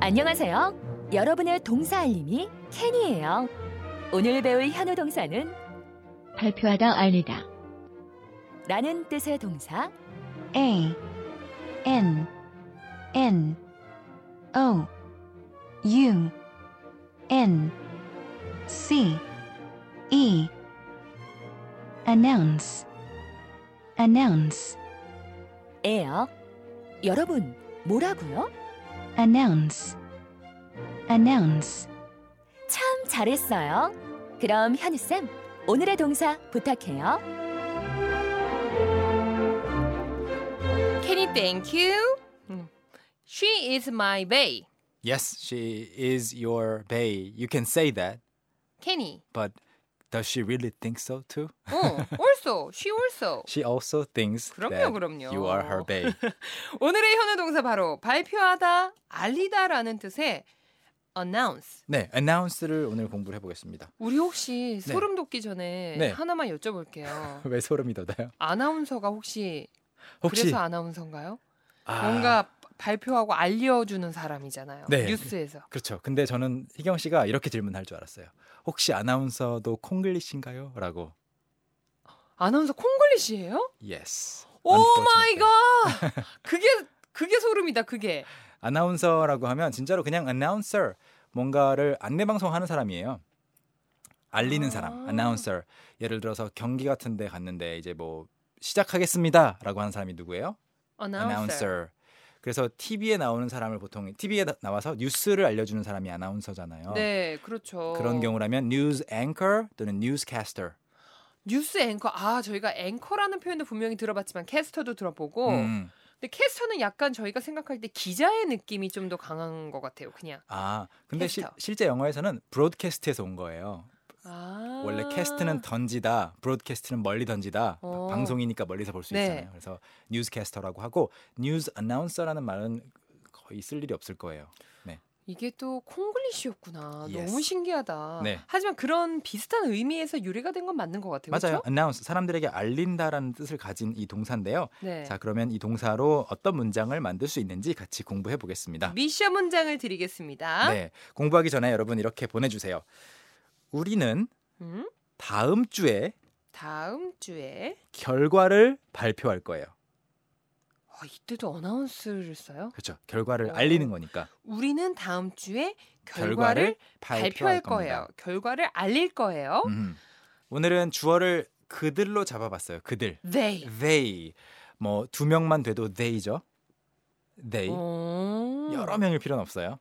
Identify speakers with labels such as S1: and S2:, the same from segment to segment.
S1: 안녕하세요. 여러분의 동사 알림이 캔이에요. 오늘 배울 현우 동사는
S2: 발표하다 알리다
S1: 라는 뜻의 동사
S2: A N N O U N C E announce announce
S1: 에요. 여러분, 뭐라고요?
S2: announce announce
S1: 참 잘했어요. 그럼 현우쌤, 오늘의 동사 부탁해요.
S3: Kenny, thank you. She is my bae.
S4: Yes, she is your bae. You can say that,
S3: Kenny.
S4: but does she really think so too?
S3: 어, also, she also.
S4: She also thinks
S3: 그럼요,
S4: that
S3: 그럼요.
S4: you are her bae.
S3: 오늘의 현우 동사 바로 발표하다, 알리다라는 뜻의 announce.
S4: 네, announce를 오늘 공부를 해보겠습니다.
S3: 우리 혹시
S4: 네.
S3: 소름 돋기 전에
S4: 네.
S3: 하나만 여쭤볼게요.
S4: 왜 소름이 돋아요?
S3: 아나운서가 혹시,
S4: 혹시
S3: 그래서 아나운서인가요?
S4: 아,
S3: 뭔가 발표하고 알려주는 사람이잖아요.
S4: 네.
S3: 뉴스에서.
S4: 그렇죠. 근데 저는 희경 씨가 이렇게 질문할 줄 알았어요. 혹시 아나운서도 콩글리시인가요? 라고.
S3: 아나운서 콩글리시예요?
S4: Yes.
S3: 오 마이
S4: Unfortunately.
S3: 갓! 그게 그게 소름이다. 그게.
S4: 아나운서라고 하면 진짜로 그냥 announcer 뭔가를 안내 방송하는 사람이에요. 알리는
S3: 아.
S4: 사람, announcer. 예를 들어서 경기 같은 데 갔는데 이제 뭐 시작하겠습니다라고 하는 사람이 누구예요?
S3: announcer.
S4: announcer. 그래서 TV에 나오는 사람을 보통 TV에 나와서 뉴스를 알려주는 사람이 아나운서잖아요.
S3: 네, 그렇죠.
S4: 어, 그런 경우라면 news anchor 또는 newscaster.
S3: 뉴스 앵커 아 저희가 앵커라는 표현도 분명히 들어봤지만 캐스터도 들어보고
S4: 음.
S3: 근데 캐스터는 약간 저희가 생각할 때 기자의 느낌이 좀 더 강한 것 같아요 그냥
S4: 아, 근데 시-
S3: 캐스터.
S4: 실제 영어에서는 broadcast에서 온 거예요.
S3: 아
S4: 원래 캐스트는 던지다, 브로드캐스트는 멀리 던지다.
S3: 어.
S4: 방송이니까 멀리서 볼 수
S3: 네.
S4: 있잖아요. 그래서 뉴스캐스터라고 하고 뉴스 아나운서라는 말은 거의 쓸 일이 없을 거예요.
S3: 이게 또 콩글리시였구나
S4: Yes.
S3: 너무 신기하다
S4: 네.
S3: 하지만 그런 비슷한 의미에서 유래가 된 건 맞는 것 같아요 그렇죠?
S4: 맞아요. announce 사람들에게 알린다라는 뜻을 가진 이 동사인데요.
S3: 네.
S4: 자, 그러면 이 동사로 어떤 문장을 만들 수 있는지 같이 공부해 보겠습니다.
S3: 미션 아? 문장을 드리겠습니다
S4: 네. 공부하기 전에 여러분 이렇게 보내 주세요. 우리는
S3: 음,
S4: 다음 주에
S3: 다음 주에
S4: 결과를 발표할 거예요.
S3: 어, 이때도 어나운스를 써요
S4: 그렇죠. 결과를
S3: 어.
S4: 알리는 거니까.
S3: 우리는 다음 주에 결과를,
S4: 결과를
S3: 발표할
S4: 발표할 겁니다.
S3: 거예요 결과를 알릴 거예요
S4: 음. 오늘은 주어를 그들로 잡아봤어요. 그들.
S3: they
S4: They. 뭐 두 명만 돼도 they죠. They.
S3: 오.
S4: 여러 명일 필요는 없어요.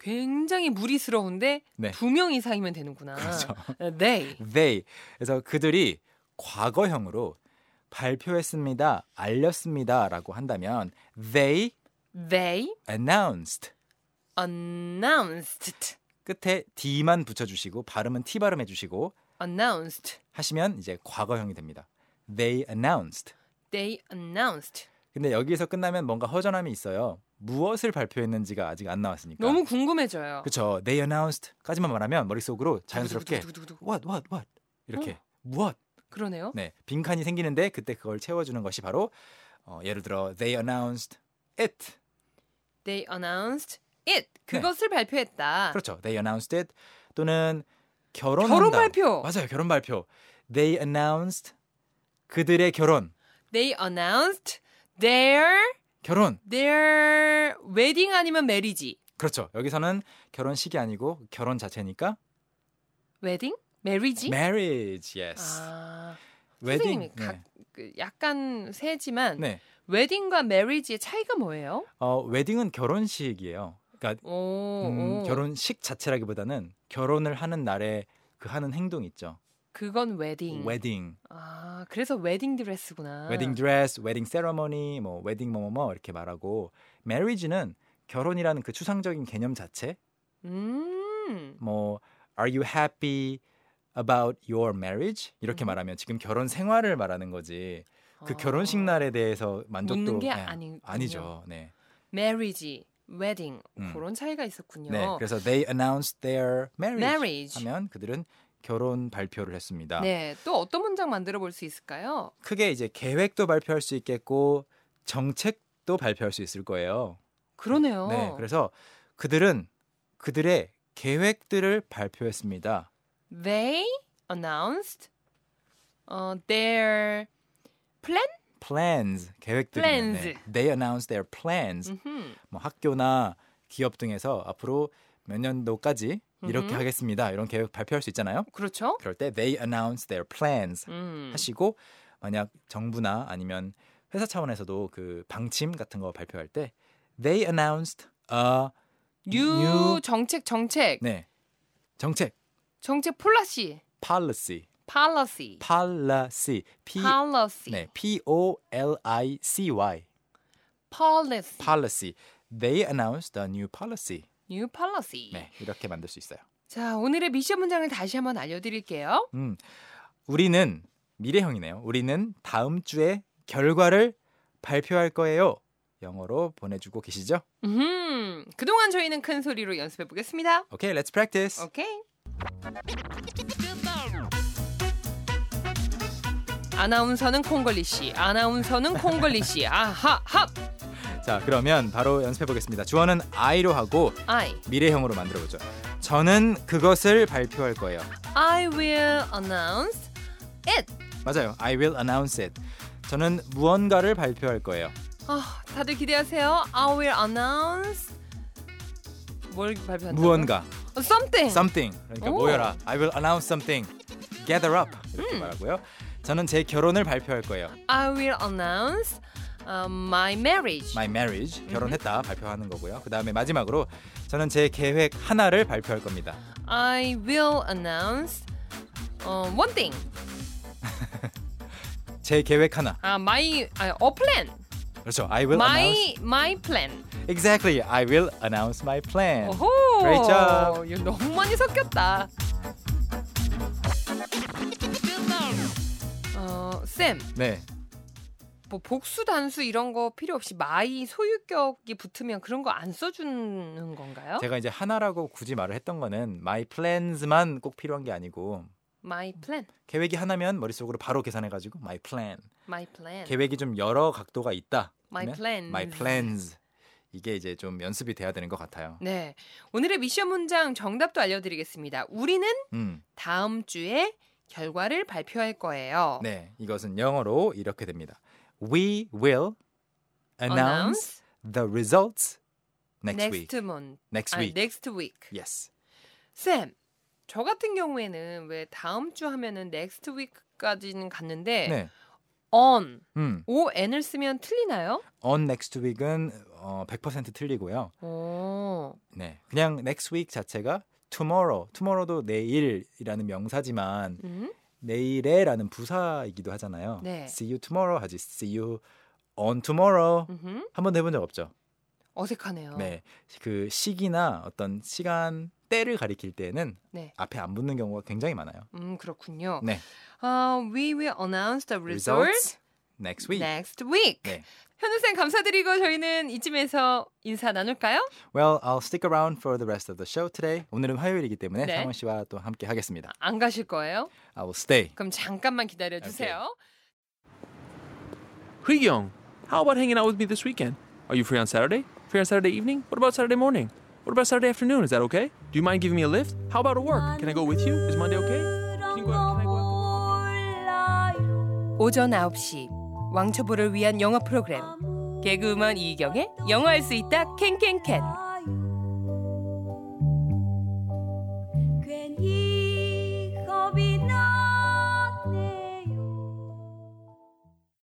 S3: 굉장히 무리스러운데
S4: 네.
S3: 두 명 이상이면 되는구나.
S4: 그렇죠.
S3: 네.
S4: They. 그래서 그들이 과거형으로 발표했습니다. 알렸습니다라고 한다면 they
S3: They
S4: announced.
S3: announced.
S4: 끝에 d만 붙여 주시고 발음은 t 발음해 주시고
S3: announced.
S4: 하시면 이제 과거형이 됩니다. They announced.
S3: They announced.
S4: 근데 여기에서 끝나면 뭔가 허전함이 있어요. 무엇을 발표했는지가 아직 안 나왔으니까.
S3: 너무 궁금해져요.
S4: 그러니까 그쵸. They announced까지만 말하면 머릿속으로 자연스럽게
S3: 두구두구두구두구.
S4: what what what 이렇게 what
S3: 그러네요.
S4: 네 빈칸이 생기는데 그때 그걸 채워주는 것이 바로 어, 예를 들어 they announced it
S3: They announced it. 그것을 발표했다.
S4: 네. 그렇죠. They announced it 또는 결혼한다.
S3: 결혼 발표.
S4: 맞아요. 결혼 발표. They announced 그들의 결혼
S3: They announced their
S4: 결혼
S3: their wedding 아니면 marriage.
S4: 그렇죠. 여기서는 결혼식이 아니고 결혼 자체니까
S3: wedding? marriage?
S4: marriage yes
S3: 아.
S4: 웨딩
S3: 선생님이 각- 그 약간 세지만
S4: 네.
S3: 웨딩과 marriage의 차이가 뭐예요?
S4: 어 웨딩은 결혼식이에요. 그러니까
S3: 오,
S4: 음,
S3: 오.
S4: 결혼식 자체라기보다는 결혼을 하는 날에 그 하는 행동 있죠.
S3: 그건 웨딩.
S4: 웨딩,
S3: 아, 그래서 웨딩 드레스구나.
S4: 웨딩 드레스, 웨딩 세러머니, 뭐 웨딩 뭐뭐뭐 이렇게 말하고 marriage는 결혼이라는 그 추상적인 개념 자체,
S3: 음.
S4: 뭐 are you happy about your marriage
S3: 음.
S4: 이렇게
S3: 아.
S4: 말하면 지금 결혼 생활을 말하는 거지. 그 결혼식 날에 대해서 만족도
S3: 묻는 게
S4: 예,
S3: 아니-
S4: 아니죠. 네.
S3: marriage, 웨딩.
S4: 음.
S3: 그런 차이가 있었군요.
S4: 네. 그래서 they announced their marriage,
S3: marriage.
S4: 하면 그들은 결혼 발표를 했습니다.
S3: 네, 또 어떤 문장 만들어 볼 수 있을까요?
S4: 크게 이제 계획도 발표할 수 있겠고 정책도 발표할 수 있을 거예요.
S3: 그러네요.
S4: 네, 그래서 그들은 그들의 계획들을 발표했습니다.
S3: They announced 어, their plan.
S4: plans 계획들
S3: Plans.
S4: They announced their plans.
S3: 음흠.
S4: 뭐 학교나 기업 등에서 앞으로 몇 년도까지 이렇게
S3: 음흠.
S4: 하겠습니다. 이런 계획 발표할 수 있잖아요.
S3: 그렇죠.
S4: 그럴 때 they announce their plans
S3: 음.
S4: 하시고 만약 정부나 아니면 회사 차원에서도 그 방침 같은 거 발표할 때 they announced a
S3: new 정책 정책
S4: 네 정책
S3: 정책 폴라시
S4: policy
S3: policy
S4: policy p
S3: policy
S4: 네 p o l i c y
S3: policy
S4: policy they announced a new policy
S3: new policy.
S4: 네 이렇게 만들 수 있어요.
S3: 자 오늘의 미션 문장을 다시 한번 알려드릴게요.
S4: 음 우리는 미래형이네요. 우리는 다음 주에 결과를 발표할 거예요. 영어로 보내주고 계시죠?
S3: 음, 그동안 저희는 큰 소리로 연습해 보겠습니다.
S4: 오케이, let's practice.
S3: 오케이. 아나운서는 콩걸리 씨, 아나운서는 콩걸리 씨. 아하 합.
S4: 자, 그러면 바로 연습해 보겠습니다. 주어는 I로 하고
S3: I
S4: 미래형으로 만들어 보죠. 저는 그것을 발표할 거예요.
S3: I will announce it.
S4: 맞아요. I will announce it. 저는 무언가를 발표할 거예요.
S3: 아, 다들 기대하세요. I will announce 뭘 발표한다고?
S4: 무언가,
S3: Something.
S4: something. 그러니까
S3: 네. 오.
S4: 모여라. I will announce something. Gather up. 이렇게
S3: 음.
S4: 말하고요. 저는 제 결혼을 발표할 거예요.
S3: I will announce uh, my marriage.
S4: My
S3: 음.
S4: marriage. 결혼했다 발표하는 거고요. 그 다음에 마지막으로 저는 제 계획 하나를 발표할 겁니다.
S3: I will announce uh, one thing.
S4: 제 계획 하나.
S3: 아, my 아, a plan.
S4: 그렇죠. I will announce.
S3: my my plan.
S4: Exactly. I will announce my plan.
S3: 오호.
S4: Great job.
S3: 이거 너무 많이 섞였다. 어, 쌤,
S4: 네.
S3: 뭐 복수 단수 이런 거 필요 없이 my 소유격이 붙으면 그런 거 안 써주는 건가요?
S4: 제가 이제 하나라고 굳이 말을 했던 거는 my plans만 꼭 필요한 게 아니고
S3: My plan,
S4: 계획이 하나면 머릿속으로 바로 계산해 가지고 my plan.
S3: my plan,
S4: 계획이 좀 여러 각도가 있다.
S3: my
S4: 그러면
S3: plan.
S4: 네? my plans. 이게 이제 좀 연습이 돼야 되는 것 같아요.
S3: 네, 오늘의 미션 문장 정답도 알려드리겠습니다. 우리는
S4: 음.
S3: 다음 주에 결과를 발표할 거예요.
S4: 네. 이것은 영어로 이렇게 됩니다. We will announce
S3: Announce
S4: the results next, week.
S3: next month.
S4: Next
S3: 아,
S4: week.
S3: next week.
S4: Yes.
S3: 쌤, 저 같은 경우에는 왜 다음 주 하면은 next week까지는 갔는데
S4: 네.
S3: on,
S4: 음.
S3: o n을 쓰면 틀리나요?
S4: on next week은 어, 100% 틀리고요.
S3: 오,
S4: 네. 그냥 next week 자체가 tomorrow. tomorrow도 내일이라는 명사지만
S3: 음?
S4: 내일에라는 부사이기도 하잖아요.
S3: 네.
S4: see you tomorrow 하지 see you on tomorrow
S3: 음흠.
S4: 한 번도 해본 적 없죠.
S3: 어색하네요.
S4: 네, 그 시기나 어떤 시간 때를 가리킬 때는
S3: 네.
S4: 앞에 안 붙는 경우가 굉장히 많아요.
S3: 음 그렇군요.
S4: 네.
S3: 아, we will announce the results
S4: next week.
S3: next week.
S4: 네.
S3: 현우 쌤 감사드리고 저희는 이쯤에서 인사 나눌까요?
S4: Well, I'll stick around for the rest of the show today. 오늘은 화요일이기 때문에
S3: 네.
S4: 상원 씨와 또 함께 하겠습니다.
S3: 안 가실 거예요?
S4: I will stay.
S3: 그럼 잠깐만 기다려 주세요.
S5: Young, how about hanging out with me this weekend? Are you free on Saturday? Free on Saturday evening? What about Saturday morning? What about Saturday afternoon? Is that okay? Do you mind giving me a lift? How about at work? Can I go with you? Is Monday okay? Can you go out? Can I go out?
S3: 오전 9시 왕초보를 위한 영어 프로그램 개그우먼 이경의 영어할 수 있다 캔캔캔